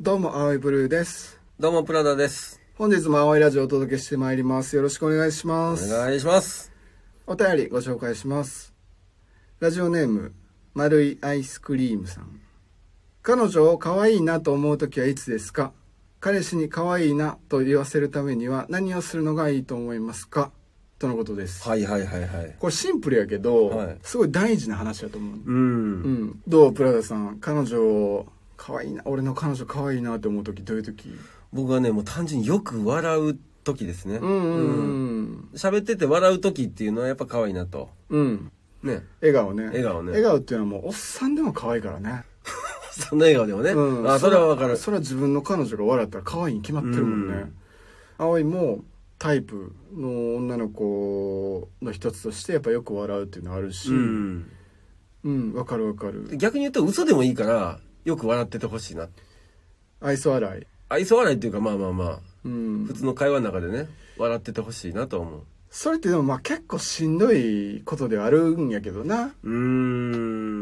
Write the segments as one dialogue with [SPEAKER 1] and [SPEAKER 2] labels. [SPEAKER 1] どうも、青いブルーです。
[SPEAKER 2] どうも、プラダです。
[SPEAKER 1] 本日も青いラジオをお届けしてまいります。よろしくお願いしま
[SPEAKER 2] お
[SPEAKER 1] す。
[SPEAKER 2] 願いします。
[SPEAKER 1] お便りご紹介します。ラジオネーム、丸いアイスクリームさん。彼女を可愛いなと思うときはいつですか彼氏に可愛いなと言わせるためには何をするのがいいと思いますかとのことです。
[SPEAKER 2] はいはいはいはい。
[SPEAKER 1] これシンプルやけど、
[SPEAKER 2] はい
[SPEAKER 1] すごい大事な話だと思う。
[SPEAKER 2] う。
[SPEAKER 1] うんん。どうプラダさん、彼女を可愛いな、俺の彼女可愛いなって思うときどういうとき
[SPEAKER 2] 僕はね、もう単純によく笑う時ですね。
[SPEAKER 1] うんうん
[SPEAKER 2] ん。
[SPEAKER 1] うん
[SPEAKER 2] 喋ってて笑う時っていうのはやっぱ可愛いなと。
[SPEAKER 1] うん。うん。
[SPEAKER 2] ね。
[SPEAKER 1] 笑顔ね。
[SPEAKER 2] 笑顔ね
[SPEAKER 1] 笑顔っていうのはもうおっさんでも可愛いからね。
[SPEAKER 2] そんな笑顔でもね。
[SPEAKER 1] うん、
[SPEAKER 2] あ、それはわかる。
[SPEAKER 1] それは自分の彼女が笑ったら可愛いに決まってるもんね、
[SPEAKER 2] うん
[SPEAKER 1] 葵もタイプの女の子の一つとしてやっぱよく笑うっていうのあるし
[SPEAKER 2] う
[SPEAKER 1] うん
[SPEAKER 2] ん。
[SPEAKER 1] わ、かるわかる
[SPEAKER 2] 逆に言うと嘘でもいいから、よく笑っててほしいな。
[SPEAKER 1] 愛想笑い、
[SPEAKER 2] 愛想笑いっていうか、まあまあまあ、
[SPEAKER 1] う
[SPEAKER 2] 普
[SPEAKER 1] ん、
[SPEAKER 2] 通の会話の中でね、笑っててほしいなと思う。
[SPEAKER 1] それってでもまあ結構しんどいことではあるんやけどな、
[SPEAKER 2] うー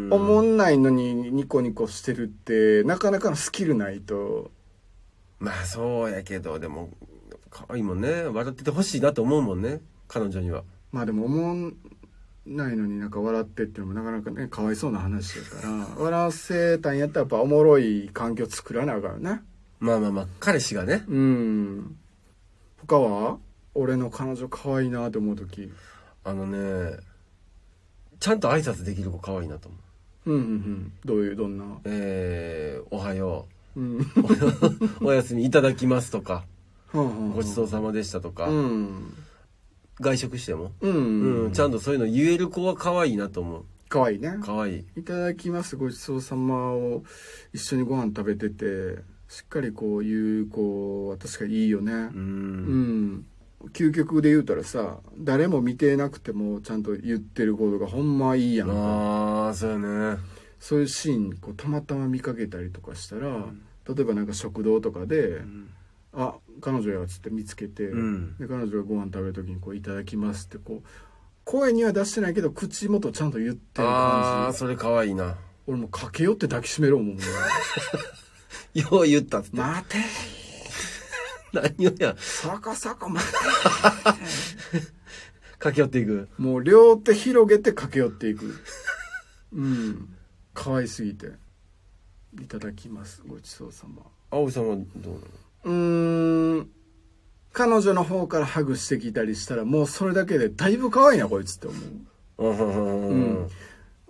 [SPEAKER 2] ん。
[SPEAKER 1] おもんないのにニコニコしてるってなかなかのスキルないと
[SPEAKER 2] まあそうやけど、でも、可愛いもんね。笑っててほしいなと思うもんね。彼女には。
[SPEAKER 1] まあでも思んないのになんか笑ってっていうのもなかなかねかわいそうな話やから 笑わせたんやったらやっぱおもろい環境作らなあかんよね
[SPEAKER 2] まあまあまあ、彼氏がね。
[SPEAKER 1] うん他は俺の彼女可愛いなって思う時
[SPEAKER 2] あのね、ちゃんと挨拶できる子可愛いなと思う。
[SPEAKER 1] うんうんうんどういうどんな
[SPEAKER 2] えー、おはよ
[SPEAKER 1] うん
[SPEAKER 2] う。 おおやすみいただきますとか、ご
[SPEAKER 1] ご
[SPEAKER 2] ちそうさまでしたとか、
[SPEAKER 1] うん
[SPEAKER 2] 外食しても、
[SPEAKER 1] うん、
[SPEAKER 2] うん、
[SPEAKER 1] うん、
[SPEAKER 2] ちゃんとそういうの言える子は可愛いなと思う。
[SPEAKER 1] 可愛いね
[SPEAKER 2] 可愛い。
[SPEAKER 1] いただきますごちそうさまを一緒にご飯食べててしっかりこう言う子は確かにいいよね、
[SPEAKER 2] う。
[SPEAKER 1] うんん究極で言うたらさ誰も見てなくてもちゃんと言ってることがほんまいいやんか
[SPEAKER 2] ああ、そうやね。
[SPEAKER 1] そういうシーンこうたまたま見かけたりとかしたら、例えばなんか食堂とかで「
[SPEAKER 2] ん
[SPEAKER 1] あ彼女や」っつって見つけて、
[SPEAKER 2] うん
[SPEAKER 1] で彼女がご飯食べる時にこう「いただきます」ってこう声には出してないけど口元ちゃんと言ってる感
[SPEAKER 2] ああ、
[SPEAKER 1] じ
[SPEAKER 2] それ可愛いな。
[SPEAKER 1] 俺もう駆け寄って抱きしめる思うもんね
[SPEAKER 2] よう言ったっつって。
[SPEAKER 1] 待て
[SPEAKER 2] 何をや、
[SPEAKER 1] そこそこ待て
[SPEAKER 2] 駆け寄っていく。
[SPEAKER 1] もう両手広げて駆け寄っていくうん可愛すぎていただきますごちそうさま
[SPEAKER 2] 葵さんはどうなの
[SPEAKER 1] うーん彼女の方からハグしてきたりしたらもうそれだけでだいぶ可愛いなこいつって思う
[SPEAKER 2] うんうん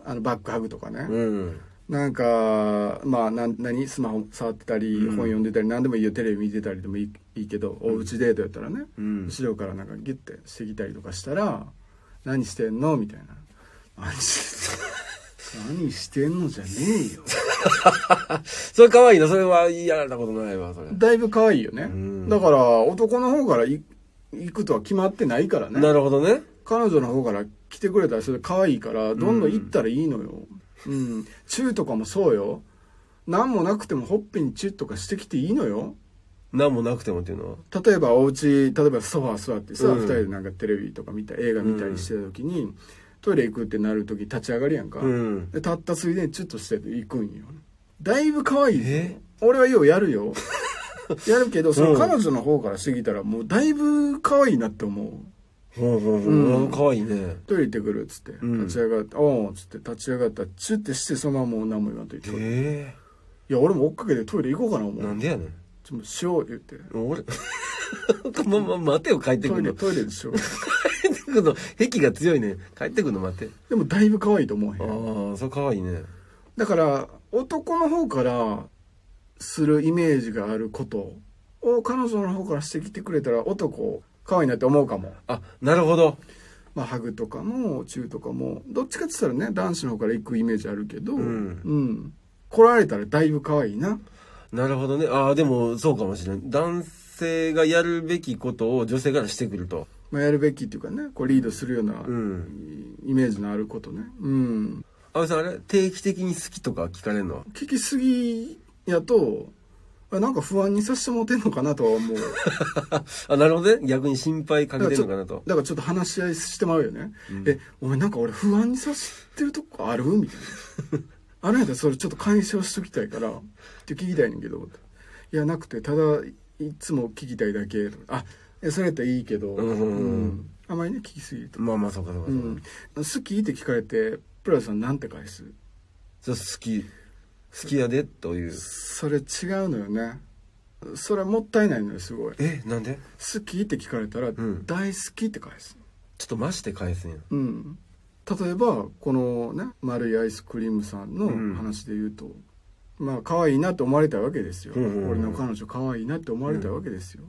[SPEAKER 1] あのバックハグとかね、
[SPEAKER 2] うん。
[SPEAKER 1] なんかまあなん何スマホ触ってたり、
[SPEAKER 2] う
[SPEAKER 1] 本
[SPEAKER 2] ん
[SPEAKER 1] 読んでたり何でもいいよテレビ見てたりでもいいいいけど、おうちデートやったらね、
[SPEAKER 2] うん。
[SPEAKER 1] 後ろからなんかギュッてしてきたりとかしたら「何してんの?」みたいな「何してんの 何してんの?」じゃねえよ
[SPEAKER 2] それ可愛いな。それはやられたことないわ、それ。
[SPEAKER 1] だいぶ可愛いよね、
[SPEAKER 2] ん
[SPEAKER 1] だから男の方からい行くとは決まってないからね
[SPEAKER 2] なるほどね。
[SPEAKER 1] 彼女の方から来てくれたらそれ可愛いからどんどん行ったらいいのようん、チューとかもそうよ何もなくてもほっぺにチューとかしてきていいのよ
[SPEAKER 2] 何もなくてもっていうのは。
[SPEAKER 1] 例えばお家例えばソファー座ってさ、
[SPEAKER 2] うん
[SPEAKER 1] 二人でなんかテレビとか見た映画見たりしてた時に、トイレ行くってなる時立ち上がるやんか、
[SPEAKER 2] うん。
[SPEAKER 1] で立ったついでにチュッとして行くんよだいぶ可愛いぞ
[SPEAKER 2] え
[SPEAKER 1] 俺はようやる よやるけどその
[SPEAKER 2] うん
[SPEAKER 1] 彼女の方からしてきたらもうだいぶ可愛いなって思う
[SPEAKER 2] ほうほうほ
[SPEAKER 1] うん
[SPEAKER 2] う。可愛いね。
[SPEAKER 1] トイレ行ってくるっつって、
[SPEAKER 2] ん
[SPEAKER 1] 立ち上がって「おう」っつって立ち上がったらチュッてしてそのままもう何も言わんといて、い
[SPEAKER 2] え
[SPEAKER 1] や俺も追っかけてトイレ行こうかな思
[SPEAKER 2] え。な
[SPEAKER 1] うん
[SPEAKER 2] でやねん。
[SPEAKER 1] ちょっとしよう言って
[SPEAKER 2] 俺、 ま、ま、待てよ、帰ってく
[SPEAKER 1] トイ
[SPEAKER 2] ん
[SPEAKER 1] レ
[SPEAKER 2] の。帰
[SPEAKER 1] トイレで しょ
[SPEAKER 2] ってくんの。癖が強いね。帰ってくんの待て。
[SPEAKER 1] でもだいぶ可愛いと思うへん
[SPEAKER 2] ああ、それ可愛いね。
[SPEAKER 1] だから男の方からするイメージがあることを彼女の方からしてきてくれたら男可愛いなって思うかも、
[SPEAKER 2] あ、なるほど。
[SPEAKER 1] まあ、ハグとかもチューとかもどっちかって言ったらね男子の方から行くイメージあるけど、
[SPEAKER 2] うん
[SPEAKER 1] ん来られたらだいぶ可愛いな
[SPEAKER 2] なるほどね。ああ、でも、そうかもしれん。男性がやるべきことを女性からしてくると。
[SPEAKER 1] まあ、やるべきっていうかねこうリードするような
[SPEAKER 2] うん。
[SPEAKER 1] イメージのあることねうん
[SPEAKER 2] あおさん、あれ定期的に好きとか聞かれんの
[SPEAKER 1] 聞きすぎやとあなんか不安にさせてもうてんのかなとは 思う
[SPEAKER 2] あ、なるほどね。逆に心配かけてるのかなと。
[SPEAKER 1] だからちょっと話し合いしてまうよね、えお前なんか俺不安にさせてるとこある みたいなあれやったらそれちょっと解消しときたいからって聞きたいねんけどいやなくてただいつも聞きたいだけあえそれやったらいいけど、
[SPEAKER 2] うんうんうん
[SPEAKER 1] あまりね聞きすぎると、
[SPEAKER 2] まあまあそうかそうか
[SPEAKER 1] う
[SPEAKER 2] そうか、
[SPEAKER 1] ん、好きって聞かれてプラさんなんて返す
[SPEAKER 2] そう好き好きやでという
[SPEAKER 1] それ違うのよねそれはもったいないのよすごい
[SPEAKER 2] えなんで
[SPEAKER 1] 好きって聞かれたら、
[SPEAKER 2] ん
[SPEAKER 1] 大好きって返す
[SPEAKER 2] ちょっと増して返すんや
[SPEAKER 1] うん例えばこのね丸いアイスクリームさんの
[SPEAKER 2] うん
[SPEAKER 1] 話で言うと、まあ可愛いなって思われたいわけですよ、
[SPEAKER 2] うんうんうん
[SPEAKER 1] 俺の彼女可愛いなって思われたいわけですよ、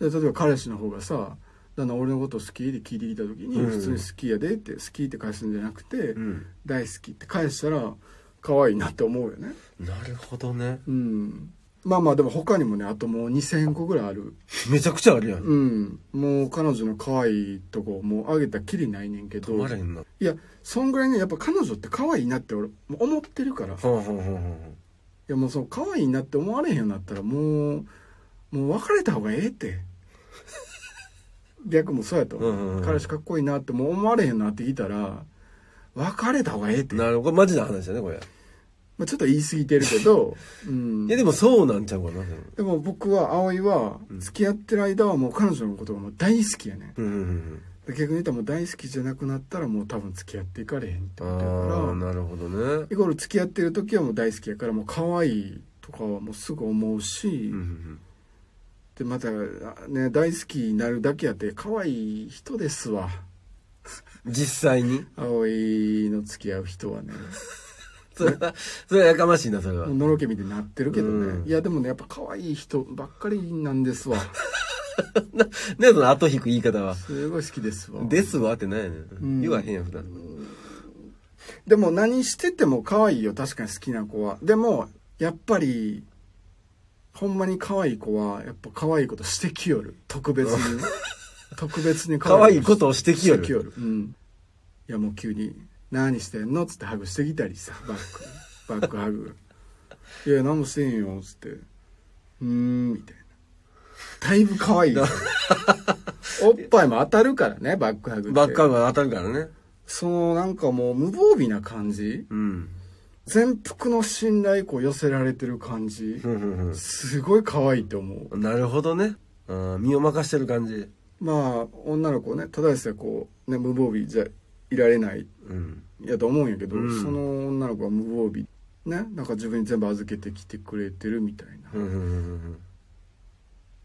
[SPEAKER 1] で例えば彼氏の方がさ「旦那俺のこと好き?」って聞いてきた時に
[SPEAKER 2] うん
[SPEAKER 1] 普通に「好きやで」って「好き」って返すんじゃなくて「
[SPEAKER 2] ん
[SPEAKER 1] 大好き」って返したら可愛いなって思うよね
[SPEAKER 2] なるほどね
[SPEAKER 1] うんまあまあでも他にもねあともう2000個ぐらいある
[SPEAKER 2] めちゃくちゃあるやん、
[SPEAKER 1] うんもう彼女の可愛いとこもうあげたきりないねんけど
[SPEAKER 2] 止まれへんない
[SPEAKER 1] やそんぐらいねやっぱ彼女って可愛いなって俺もう思ってるからい
[SPEAKER 2] ほうほうほうほう
[SPEAKER 1] やもうそう可愛いなって思われへんようになったらもうもう別れた方がええって逆もそうやと思う、
[SPEAKER 2] うんうんうん
[SPEAKER 1] 彼氏かっこいいなってもう思われへんようになってきたら別れた方がええって、ま
[SPEAKER 2] なるほどこれマジな話だねこれ、
[SPEAKER 1] あ、ちょっと言い過ぎてるけ ど、うん、
[SPEAKER 2] いやでもそうなんちゃうかな
[SPEAKER 1] でも僕は葵は
[SPEAKER 2] うん
[SPEAKER 1] 付き合ってる間はもう彼女のことがもう大好きやねん
[SPEAKER 2] うんうんうん
[SPEAKER 1] で逆に言ったらもう大好きじゃなくなったらもう多分付き合っていかれへんって
[SPEAKER 2] あ
[SPEAKER 1] ことやから
[SPEAKER 2] ーなるほどね
[SPEAKER 1] イコール付き合ってる時はもう大好きやからもう可愛いとかはもうすぐ思うし、
[SPEAKER 2] うんうん
[SPEAKER 1] でまたあね大好きになるだけやって可愛い人ですわ
[SPEAKER 2] うん実際に
[SPEAKER 1] 葵の付き合う人はね
[SPEAKER 2] それはそれはやかましいなそれは
[SPEAKER 1] もうのろけみたいになってるけどね、
[SPEAKER 2] うん
[SPEAKER 1] いやでもねやっぱ可愛い人ばっかりなんですわ
[SPEAKER 2] ねその後引く言い方は
[SPEAKER 1] すごい好きですわ
[SPEAKER 2] 「ですわ」ってないやねん、
[SPEAKER 1] ん
[SPEAKER 2] 言わへんやん普段、
[SPEAKER 1] でも何してても可愛いよ確かに好きな子はでもやっぱりほんまに可愛い子はやっぱ可愛いことしてきよる特別 に特別に
[SPEAKER 2] 可愛い
[SPEAKER 1] と
[SPEAKER 2] ことをしてきよ
[SPEAKER 1] してきよ
[SPEAKER 2] る
[SPEAKER 1] るうんいやもう急に「何してんの?」っつってハグしてきたりさバックバックハグ 「いや何もしてんよ」っつって「うーん」みたいなだいぶ可愛いよおっぱいも当たるからねバックハグって
[SPEAKER 2] バックアウトが当たるからね
[SPEAKER 1] そのなんかもう無防備な感じ
[SPEAKER 2] うん
[SPEAKER 1] 全幅の信頼こう寄せられてる感じ
[SPEAKER 2] うんうん
[SPEAKER 1] すごい可愛いと思う
[SPEAKER 2] うんなるほどねうん身を任してる感じ
[SPEAKER 1] まあ女の子ねただでさえこう、ね、無防備じゃいられない
[SPEAKER 2] うん
[SPEAKER 1] やと思うんやけど、
[SPEAKER 2] うん
[SPEAKER 1] その女の子は無防備ねなんか自分に全部預けてきてくれてるみたいな、
[SPEAKER 2] うんうんうんうん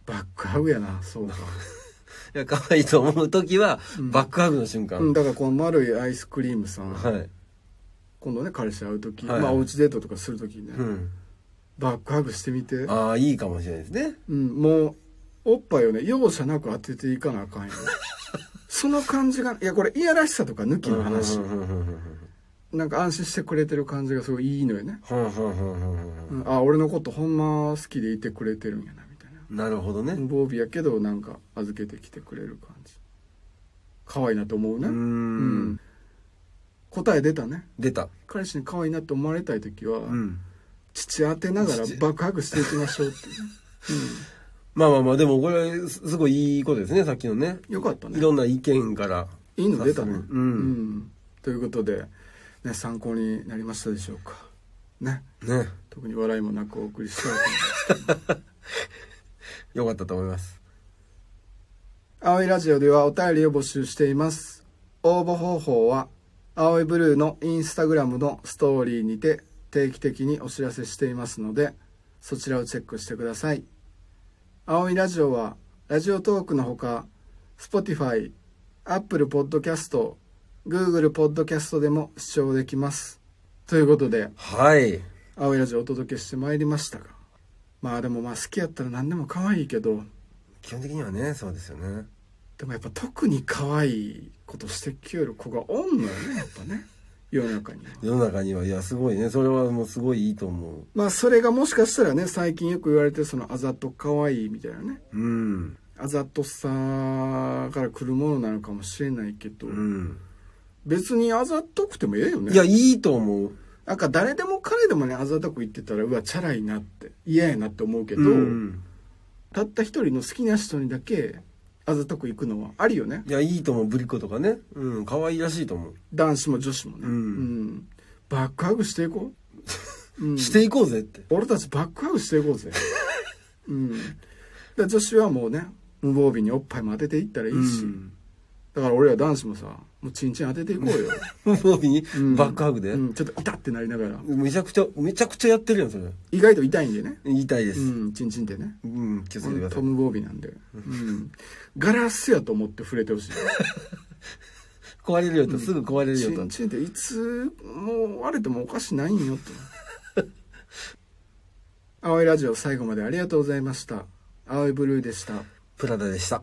[SPEAKER 1] バックハグやなそうか、
[SPEAKER 2] いや可愛いと思う時は、
[SPEAKER 1] うん
[SPEAKER 2] バックハグの瞬間、
[SPEAKER 1] うん、だからこの丸いアイスクリームさん、
[SPEAKER 2] はい、
[SPEAKER 1] 今度ね彼氏会う時、
[SPEAKER 2] はい
[SPEAKER 1] まあおうちデートとかする時にね、
[SPEAKER 2] うん、
[SPEAKER 1] バックハグしてみて、
[SPEAKER 2] ああいいかもしれないですね
[SPEAKER 1] うん、もうおっぱいをね容赦なく当てていかなあかん よその感じがいやこれいやらしさとか抜きの話、
[SPEAKER 2] うんうんうんうん
[SPEAKER 1] なんか安心してくれてる感じがすごいいいのよね、
[SPEAKER 2] うんうんうんうん
[SPEAKER 1] う
[SPEAKER 2] うん
[SPEAKER 1] ん、あ俺のことほんま好きでいてくれてるんやなみたいな
[SPEAKER 2] なるほどね
[SPEAKER 1] 無防備やけどなんか預けてきてくれる感じ可愛いなと思う
[SPEAKER 2] う
[SPEAKER 1] ね
[SPEAKER 2] ーん
[SPEAKER 1] うん答え出たね
[SPEAKER 2] 出た
[SPEAKER 1] 彼氏に可愛いなって思われたい時は、
[SPEAKER 2] うん
[SPEAKER 1] 父当てながら
[SPEAKER 2] 父
[SPEAKER 1] 爆破していきましょうっていうね、
[SPEAKER 2] まあまあまあでもこれすすごいいいことですねさっきのね
[SPEAKER 1] うん、よかったね
[SPEAKER 2] いろんな意見から
[SPEAKER 1] いいの出たね。
[SPEAKER 2] さすが
[SPEAKER 1] う
[SPEAKER 2] にうん
[SPEAKER 1] んということで、ね、参考になりましたでしょうか。ね、
[SPEAKER 2] ね
[SPEAKER 1] 特に笑いもなくお送りしたいと思います。
[SPEAKER 2] よかったと思います
[SPEAKER 1] 青いラジオではお便りを募集しています。応募方法は、青いブルーのインスタグラムのストーリーにて定期的にお知らせしていますので、そちらをチェックしてください。青いラジオは、ラジオトークのほか、Spotify、Apple Podcast、Google Podcast でも視聴できます。ということで、
[SPEAKER 2] はい
[SPEAKER 1] 青いラジオをお届けしてまいりましたが、まあでもまあ好きやったら何でも可愛いけど、
[SPEAKER 2] 基本的にはねそうですよね
[SPEAKER 1] でもやっぱ特に可愛いことしてきよる子がおんのよねやっぱ ね世の中には
[SPEAKER 2] 世の中にはいやすごいねそれはもうすごいいいと思
[SPEAKER 1] まあそれがもしかしたらね最近よく言われてるそのあざと可愛いみたいなね
[SPEAKER 2] ううん
[SPEAKER 1] あざとさから来るものなのかもしれないけど、
[SPEAKER 2] うん
[SPEAKER 1] 別にあざとくてもええよね
[SPEAKER 2] いやいいと思う
[SPEAKER 1] なんか誰でも彼でもねあざとく言ってたらうわチャラいなって嫌やなって思うけど、
[SPEAKER 2] うん
[SPEAKER 1] たった一人の好きな人にだけあざとく行くのはありよね
[SPEAKER 2] いやいいと思うぶりっ子とかねうん可愛いらしいと思う
[SPEAKER 1] 男子も女子もね、
[SPEAKER 2] うん
[SPEAKER 1] んバックハグしていこう、うん
[SPEAKER 2] していこうぜって
[SPEAKER 1] 俺たちバックハグしていこうぜうん、だから女子はもうね無防備におっぱいも当てていったらいいし、
[SPEAKER 2] うん
[SPEAKER 1] だから俺ら男子もさもうチンチン当てていこうよ、
[SPEAKER 2] 無防備に
[SPEAKER 1] うん
[SPEAKER 2] バックハグで、
[SPEAKER 1] うんちょっと痛ってなりながら
[SPEAKER 2] めちゃくちゃめちゃくちゃやってるやんそれ
[SPEAKER 1] 意外と痛いんでね
[SPEAKER 2] 痛いです、
[SPEAKER 1] う
[SPEAKER 2] うん
[SPEAKER 1] んチンチンってね
[SPEAKER 2] 気をつけてく
[SPEAKER 1] 本
[SPEAKER 2] ださ
[SPEAKER 1] 当
[SPEAKER 2] い
[SPEAKER 1] 無防備なんで、うん、ガラスやと思って触れてほ しい
[SPEAKER 2] 壊れるよと、すぐ壊れる
[SPEAKER 1] チ
[SPEAKER 2] よと
[SPEAKER 1] ンチンっていつもう割れてもおかしないんよ と青いラジオ最後までありがとうございました青いブルーでした
[SPEAKER 2] プラダでした